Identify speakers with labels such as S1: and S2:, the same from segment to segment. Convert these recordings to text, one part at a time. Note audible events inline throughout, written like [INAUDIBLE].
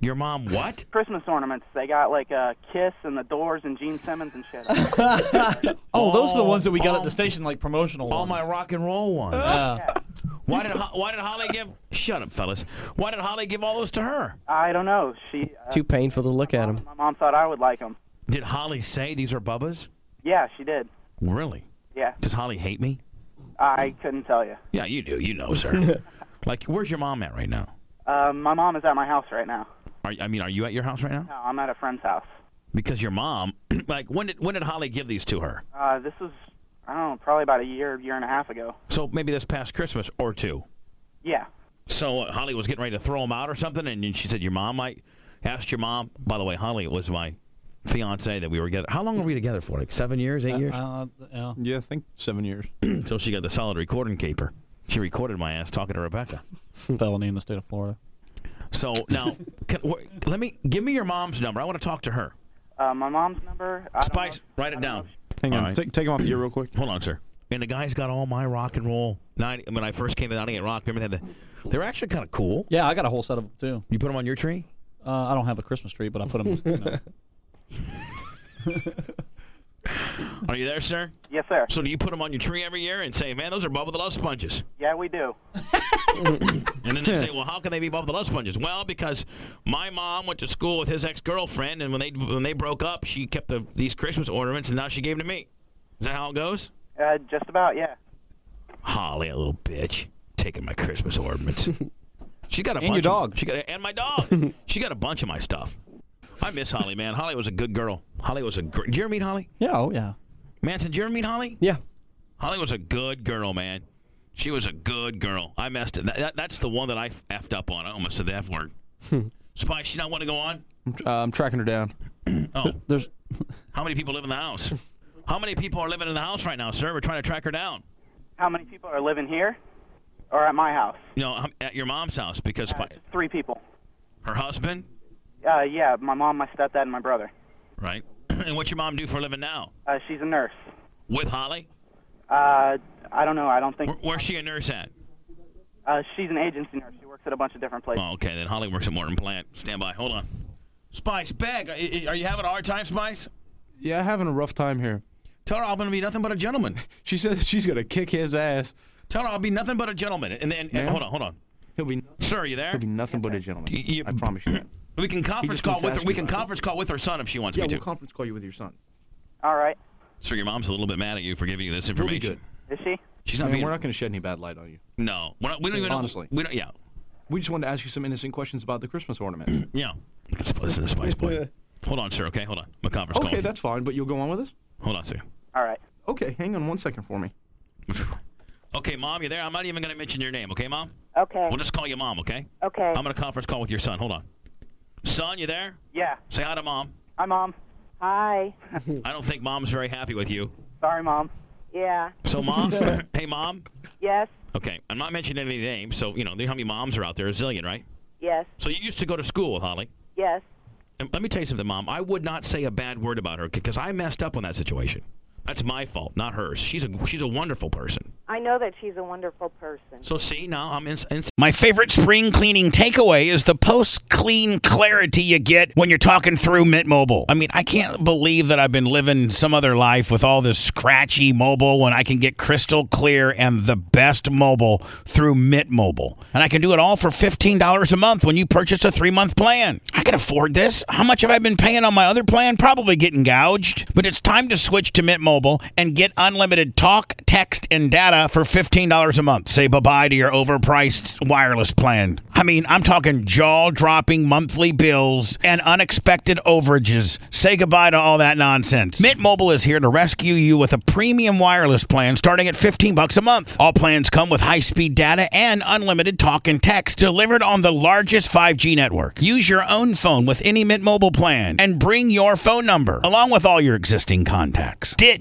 S1: your mom what?
S2: Christmas ornaments. They got like a kiss and the Doors and Gene Simmons and shit.
S3: Oh, those are the
S1: Oh,
S3: ones that we got
S1: all-
S3: at the station, like promotional
S1: All
S3: ones.
S1: my rock and roll ones.
S3: Yeah.
S1: Why did Ho- Why did Holly give? Shut up, fellas. Why did Holly give all those to her?
S2: I don't know. She. Uh,
S4: Too painful to look at him.
S2: my mom thought I would like them.
S1: Did Holly say these are Bubba's?
S2: Yeah, she did.
S1: Really?
S2: Yeah,
S1: Does Holly hate me?
S2: I couldn't tell you.
S1: Yeah, you do. You know, sir. like, where's your mom at right now?
S2: Um, my mom is at my house right now.
S1: Are, I mean, are you at your house right now?
S2: No, I'm at a friend's house.
S1: Because your mom, [CLEARS THROAT] like, when did when did Holly give these to her?
S2: Uh, this was, I don't know, probably about a year, year and a half ago.
S1: So maybe this past Christmas or two.
S2: Yeah.
S1: So uh, Holly was getting ready to throw them out or something, and then she said, "Your mom might." Asked your mom. By the way, Holly was my fiance that we were together. How long were we together for? Like seven years, eight years.
S3: Uh, yeah.
S5: Yeah, I
S3: [LAUGHS]
S5: think seven years.
S1: Until she got the solid recording caper. She recorded my ass talking to Rebecca.
S3: Felony in the state of Florida.
S1: So [LAUGHS] now, can, wh- let me give me your mom's number. I want to talk to her.
S2: Uh, my mom's number. I don't
S1: Spice,
S2: know if-
S1: write
S2: I
S1: it
S2: don't know
S1: down.
S2: if
S5: Hang
S1: All
S5: on,
S1: right.
S5: take, take 'em off the air real quick.
S1: Hold on, sir. And the guy's got all my rock and roll. Nine, when I first came to 98 Rock, remember they had the, they were actually kind of cool.
S3: Yeah, I got a whole set of them too.
S1: You put them on your tree?
S3: Uh, I don't have a Christmas tree, but I put them. You
S5: [LAUGHS]
S3: know.
S1: Are you there, sir?
S2: Yes, sir.
S1: So do you put them on your tree every year and say, man, those are Bubba the Love Sponges?
S2: Yeah, we do.
S1: And then they
S5: [LAUGHS]
S1: say, well, how can they be Bubba the Love Sponges? Well, because my mom went to school with his ex-girlfriend, and when they when they broke up, she kept the, these Christmas ornaments, and now she gave them to me. Is that how it goes?
S2: Uh, just about, yeah.
S1: Holly, a little bitch, taking my Christmas
S5: [LAUGHS]
S1: ornaments. she got a
S5: And
S1: bunch
S5: your
S1: of-
S5: dog.
S1: she got and my
S5: [LAUGHS]
S1: dog. she got a bunch of my stuff. I miss Holly, man. Holly was a good girl. Holly was a great. Did you ever meet Holly?
S3: yeah, oh yeah.
S1: Manson, did you ever meet Holly?
S4: Yeah.
S1: Holly was a good girl, man. She was a good girl. I messed it. That, that- that's the one that I effed up on. I almost said the F word. Spice, you not want to go on?
S5: Uh, I'm tracking her down.
S1: Oh,
S3: There's
S1: how many people live in the house?
S6: How many people are living in the house right now, sir? We're trying to track her down.
S2: How many people are living here or at my house?
S6: You know, um, at your mom's house because
S2: Uh,
S6: fi-
S2: three people.
S6: her husband,
S2: Uh, yeah, my mom, my stepdad, and my brother.
S6: right? [CLEARS THROAT] and what's your mom do for a living now?
S2: Uh, she's a nurse.
S6: With Holly?
S2: Uh, I don't know. I don't think
S6: Where, where's she a nurse at?
S2: uh, she's an agency nurse. She works at a bunch of different places.
S6: Oh, okay. Then Holly works at Morton Plant. Stand by. Hold on. Spice, beg. Are you are you having a hard time, Spice?
S5: Yeah, having a rough time here.
S6: Tell her I'm going to be nothing but a gentleman.
S5: She says [LAUGHS] she's gonna kick his ass.
S6: Tell her I'll be nothing but a gentleman. And then,
S5: Ma'am?
S6: hold on, hold on.
S5: He'll be
S6: Sir, are you there?
S5: he'll be nothing but a gentleman.
S6: Y- y-
S5: I promise you that.
S6: We can conference
S5: just
S6: call
S5: keeps
S6: with her.
S5: asking
S6: We can
S5: about it.
S6: conference call with her son if she wants
S5: Yeah,
S6: me to.
S5: we'll conference call you with your son.
S2: All right.
S6: Sir, your mom's a little bit mad at you for giving you this information.
S2: Is
S5: good.
S2: she?
S6: She's not
S5: Man,
S6: being.
S5: we're not gonna shed any bad light on you.
S6: no, we're not, we don't even. know-
S5: Honestly.
S6: we don't. Yeah,
S5: We just wanted to ask you some innocent questions about the Christmas ornament. [CLEARS THROAT]
S6: yeah. Let's listen to Spice
S5: [LAUGHS]
S6: Boy. hold on, sir. Okay, hold on. My conference call.
S5: okay, that's fine, but you'll go on with us?
S6: Hold on, sir.
S2: All right.
S5: Okay, hang on one second for me.
S6: Okay, mom, you there? I'm not even going to mention your name. Okay, mom.
S7: Okay.
S6: We'll just call you mom. Okay.
S7: Okay.
S6: I'm going to conference call with your son. Hold on. Son, you there?
S2: Yeah.
S6: Say hi to mom.
S2: Hi, mom.
S7: Hi.
S6: I don't think mom's very happy with you.
S2: [LAUGHS] Sorry, mom.
S7: Yeah.
S6: So,
S5: [LAUGHS]
S6: mom. hey, mom.
S7: Yes.
S6: Okay, I'm not mentioning any names, so you know how many moms are out there, a zillion, right?
S7: Yes.
S6: So you used to go to school with Holly.
S7: Yes.
S6: And let me tell you something, Mom. I would not say a bad word about her because I messed up on that situation. That's my fault, not hers. She's a she's a wonderful person.
S7: I know that she's a wonderful person.
S6: So see, now I'm in, in,
S8: My favorite spring cleaning takeaway is the post clean clarity you get when you're talking through Mint Mobile. I mean, I can't believe that I've been living some other life with all this scratchy mobile when I can get crystal clear and the best mobile through Mint Mobile. And I can do it all for $15 a month when you purchase a three month plan. I can afford this. How much have I been paying on my other plan? Probably getting gouged. But it's time to switch to Mint Mobile and get unlimited talk, text, and data for $15 a month. Say bye bye to your overpriced wireless plan. I mean, I'm talking jaw dropping monthly bills and unexpected overages. Say goodbye to all that nonsense. Mint Mobile is here to rescue you with a premium wireless plan starting at 15 bucks a month. All plans come with high-speed data and unlimited talk and text delivered on the largest 5G network. Use your own phone with any Mint Mobile plan and bring your phone number along with all your existing contacts. Ditch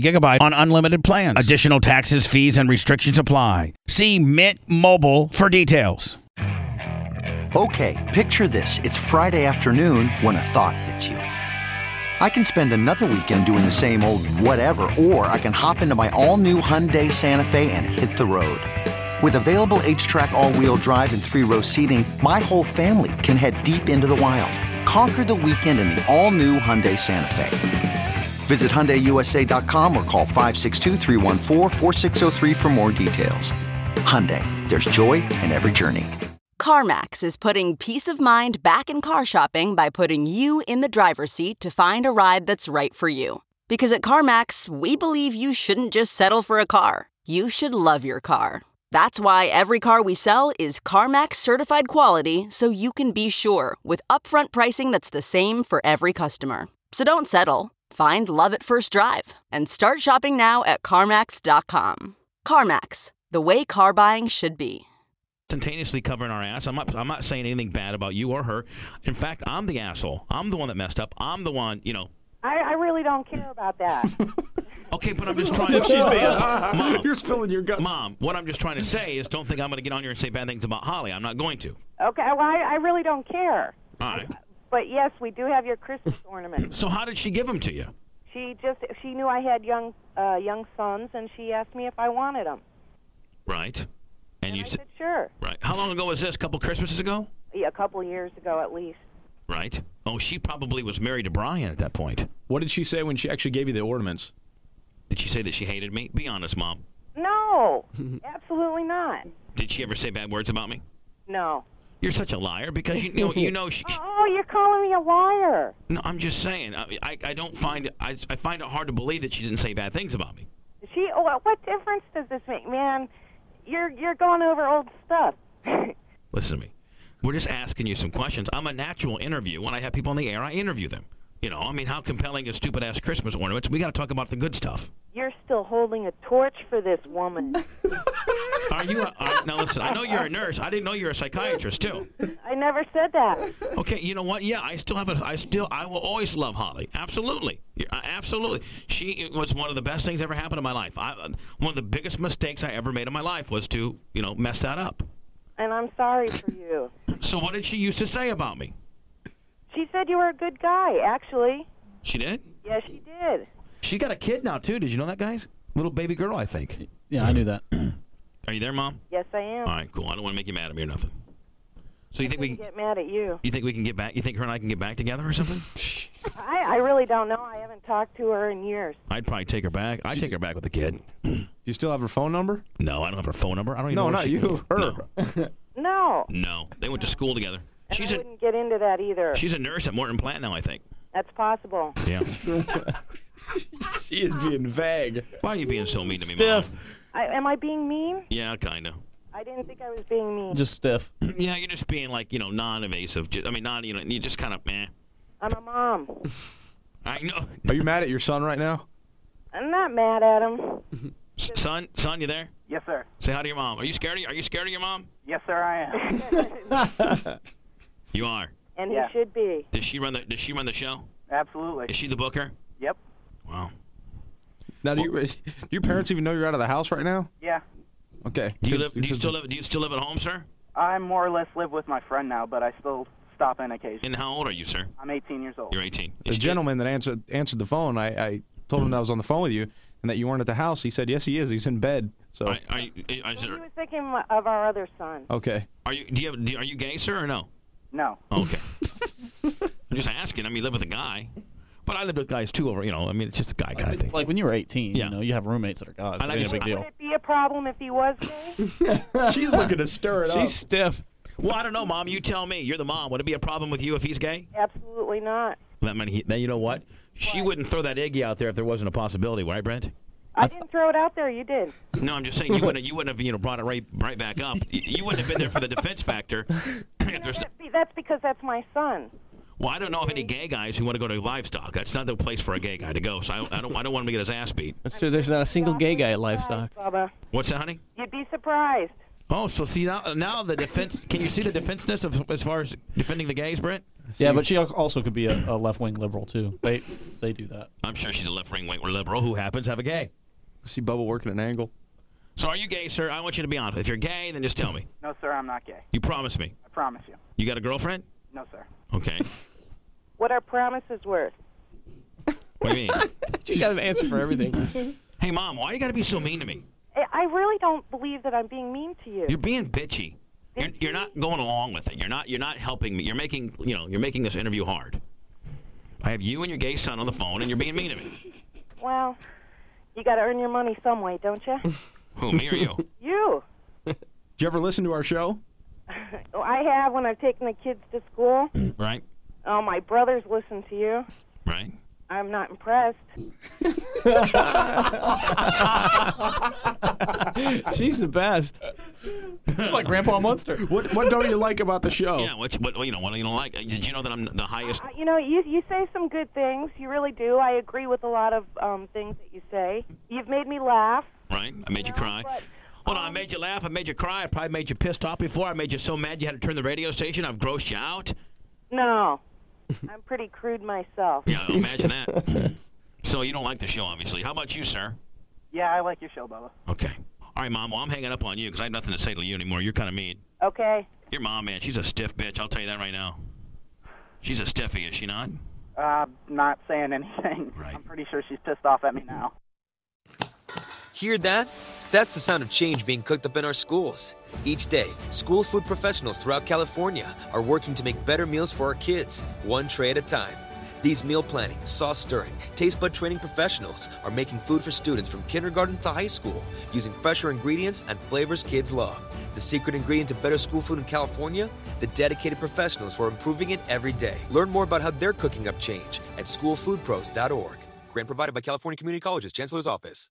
S8: gigabyte on unlimited plans. Additional taxes, fees, and restrictions apply. See Mint Mobile for details.
S9: Okay, picture this. It's Friday afternoon when a thought hits you. I can spend another weekend doing the same old whatever, or I can hop into my all new Hyundai Santa Fe and hit the road. With available H track, all wheel drive, and three row seating, my whole family can head deep into the wild. Conquer the weekend in the all new Hyundai Santa Fe. Visit HyundaiUSA.com or call 562-314-4603 for more details. Hyundai, there's joy in every journey.
S10: CarMax is putting peace of mind back in car shopping by putting you in the driver's seat to find a ride that's right for you. Because at CarMax, we believe you shouldn't just settle for a car, you should love your car. That's why every car we sell is CarMax certified quality so you can be sure with upfront pricing that's the same for every customer. So don't settle. Find love at first drive and start shopping now at CarMax.com. CarMax, the way car buying should be.
S6: instantaneously covering our ass. I'm not I'm not saying anything bad about you or her. In fact, I'm the asshole. I'm the one that messed up. I'm the one, you know.
S7: I, I really don't care about that.
S6: Okay, but I'm just trying. to, Mom,
S5: [LAUGHS] You're spilling your guts.
S6: Mom, what I'm just trying to say is, don't think I'm going to get on here and say bad things about Holly. I'm not going to.
S7: okay. Well, I, I really don't care.
S6: All right.
S7: But yes, we do have your Christmas ornaments.
S6: So how did she give them to you?
S7: She just she knew I had young uh, young sons, and she asked me if I wanted them.
S6: Right. And, you
S7: I
S6: s-
S7: said sure.
S6: Right. How long ago was this? A couple Christmases ago?
S7: Yeah, a couple of years ago, at least.
S6: Right. Oh, she probably was married to Brian at that point.
S5: What did she say when she actually gave you the ornaments?
S6: Did she say that she hated me? Be honest, Mom.
S7: No, absolutely not.
S6: Did she ever say bad words about me?
S7: No.
S6: You're such a liar because you know you know.
S7: [LAUGHS]
S6: She,
S7: Oh, you're calling me a liar.
S6: no, I'm just saying. I, I I don't find it. I I find it hard to believe that she didn't say bad things about me.
S7: She. oh, What, what difference does this make, man? You're you're going over old stuff. [LAUGHS]
S6: Listen to me. We're just asking you some questions. I'm a natural interview. When I have people on the air, I interview them. You know, I mean, how compelling is stupid ass Christmas ornaments? We got to talk about the good stuff.
S7: you're still holding a torch for this woman.
S6: Are you? A, are, now listen. I know you're a nurse. I didn't know you're a psychiatrist too.
S7: I never said that.
S6: Okay, you know what? Yeah, I still have a. I still. I will always love Holly. Absolutely. Yeah, I- absolutely. She was one of the best things ever happened in my life. I, one of the biggest mistakes I ever made in my life was to, you know, mess that up.
S7: And I'm sorry for you.
S6: So what did she used to say about me?
S7: She said you were a good guy, actually.
S6: She did.
S7: Yes, she did.
S6: She's got a kid now too. Did you know that, guys? Little baby girl, I think.
S3: Yeah, I knew that. [CLEARS THROAT]
S6: Are you there, mom?
S7: Yes, I am.
S6: All right, cool. I don't want to make you mad at me or nothing. So you think we?
S7: Didn't get mad at you.
S6: You think we can get back? You think her and I can get back together or something?
S7: I, I really don't know. I haven't talked to her in years.
S6: I'd probably take her back. I'd take her back with the kid.
S5: Do you still have her phone number?
S6: No, I don't have her phone number. I don't even
S5: No,
S6: know. where
S5: not
S6: she-
S5: you. Her.
S6: No.
S7: No.
S6: No, they went to school together.
S7: And
S6: She's
S7: I
S6: a
S7: wouldn't get into that either.
S6: she's a nurse at Morton Plant now, I think.
S7: That's possible.
S6: Yeah.
S4: She is being vague.
S6: [LAUGHS] Why are you being so mean to me,
S4: Stiff.
S6: Mom?
S7: I, am I being mean?
S6: Yeah, kind of.
S7: I didn't think I was being mean.
S3: Just stiff.
S6: [CLEARS THROAT] Yeah, you're just being like you know non-evasive. Ju- I mean, non you know you just kind of eh.
S7: I'm a mom.
S6: I know.
S5: Are you mad at your son right now?
S7: I'm not mad at him.
S6: S- Son, son, you there?
S2: Yes, sir.
S6: Say hi to your mom. Are you scared? Of, are you scared of your mom?
S2: Yes, sir, I
S7: [LAUGHS]
S2: am.
S6: You are.
S7: And
S2: Yeah.
S7: he should be.
S6: Does she run the Does she run the show?
S2: Absolutely.
S6: Is she the booker?
S2: Yep.
S6: Wow.
S5: Now, do, you, [LAUGHS] do your parents even know you're out of the house right now?
S2: Yeah.
S5: Okay.
S6: Do you
S5: 'Cause-
S6: live? Do you
S5: because-
S6: still live? Do you still live at home, sir?
S2: I more or less live with my friend now, but I still stop in occasionally.
S6: And how old are you, sir?
S2: I'm 18 years old.
S6: You're 18.
S5: The
S6: Is-
S5: gentleman that answered answered the phone, I, I told him that I was on the phone with you and that you weren't at the house. He said, "Yes, he is. He's in bed." So,
S6: Are, are you? Is
S7: He was
S6: there,
S7: thinking of our other son.
S6: Oh,
S5: okay.
S6: are you? Do you have? Do, are you gay, sir, or no? Oh,
S2: No.
S6: [LAUGHS] Okay. I'm just asking. I mean, you live with a guy, but I live with guys too. Over, you know, I mean, it's just a guy kind of thing.
S3: Like when you were 18,
S6: Yeah.
S3: you know, you have roommates that are guys.
S6: I like
S3: It ain't a
S6: to-
S3: big deal.
S7: Would it be a problem if he was
S6: [LAUGHS]
S7: gay?
S4: She's looking
S5: [LAUGHS]
S4: to stir it
S6: uh,
S4: up.
S5: She's stiff.
S6: Well, I don't know, mom. You tell me. You're the mom. Would it be a problem with you if he's gay?
S7: Absolutely not.
S6: That mean, he, then you know what? She wouldn't throw that Iggy out there if there wasn't a possibility, right, Brent?
S7: I didn't throw it out there. You did.
S6: No, I'm just saying you wouldn't. You wouldn't have you know brought it right right back up. You, you wouldn't have been there for the defense [LAUGHS] factor. If there's-
S7: That- That's because that's my son.
S6: well, I don't know of any gay guys who want to go to livestock. That's not the place for a gay guy to go. So I, I don't. I don't want him to get his ass beat.
S11: That's true. There's not a single gay guy at livestock.
S7: Bubba.
S6: What's that, honey?
S7: You'd be surprised.
S6: Oh, so see now, now the defense. Can you see the defenseness of as far as defending the gays, Brent?
S3: Yeah, but she al- also could be a, a left wing liberal too. They they do that.
S6: I'm sure she's a left wing liberal who happens to have a gay.
S5: See Bubba working an angle.
S6: So are you gay, sir? I want you to be honest. If you're gay, then just tell me.
S2: No, sir, I'm not gay.
S6: You promise me.
S2: I promise you.
S6: You got a girlfriend?
S2: No, sir.
S6: Okay.
S7: What are promises worth?
S6: What do you [LAUGHS] mean?
S4: She's got an answer for
S11: [LAUGHS]
S4: everything.
S6: hey, mom, why you got to be so mean to me?
S7: I- I really don't believe that I'm being mean to you.
S6: You're being bitchy. You're, you're not going along with it. You're not. You're not helping me. You're making. You know. You're making this interview hard. I have you and your gay son on the phone, and you're being mean to me.
S7: Well, you got to earn your money some way, don't you?
S6: Who? Me or you?
S7: you.
S5: Did you ever listen to our show?
S7: Oh, I have when I've taken the kids to school.
S6: Right.
S7: Oh, my brothers listen to you.
S6: Right.
S7: I'm not impressed. Uh,
S4: She's the best.
S3: She's like Grandpa Munster.
S5: What What don't you like about the show?
S6: Yeah. What? What? You know. What? You don't like? Uh, Did you know that I'm the highest?
S7: Uh, You know, you you say some good things. You really do. I agree with a lot of um, things that you say. You've made me laugh.
S6: Right. I made you
S7: No,
S6: cry.
S7: but,
S6: Hold on. I made you laugh. I made you cry. I probably made you pissed off before. I made you so mad you had to turn the radio station. I've grossed you out.
S7: No, I'm pretty crude myself.
S6: Yeah. Imagine that. so you don't like the show, obviously. How about you, sir?
S2: Yeah, I like your show, Bubba.
S6: Okay. All right, mom. Well, I'm hanging up on you because I have nothing to say to you anymore. You're kind of mean.
S7: Okay.
S6: Your mom, man, she's a stiff bitch. I'll tell you that right now. She's a stiffy, is she not?
S2: Uh, not saying anything.
S6: Right.
S2: I'm pretty sure she's pissed off at me now.
S11: Hear that? That's the sound of change being cooked up in our schools. Each day, school food professionals throughout California are working to make better meals for our kids, one tray at a time.
S9: These meal planning, sauce stirring, taste bud training professionals are making food for students from kindergarten to high school using fresher ingredients and flavors kids love. The secret ingredient to better school food in California? The dedicated professionals who are improving it every day. Learn more about how they're cooking up change at schoolfoodpros.org. Grant provided by California Community Colleges, Chancellor's Office.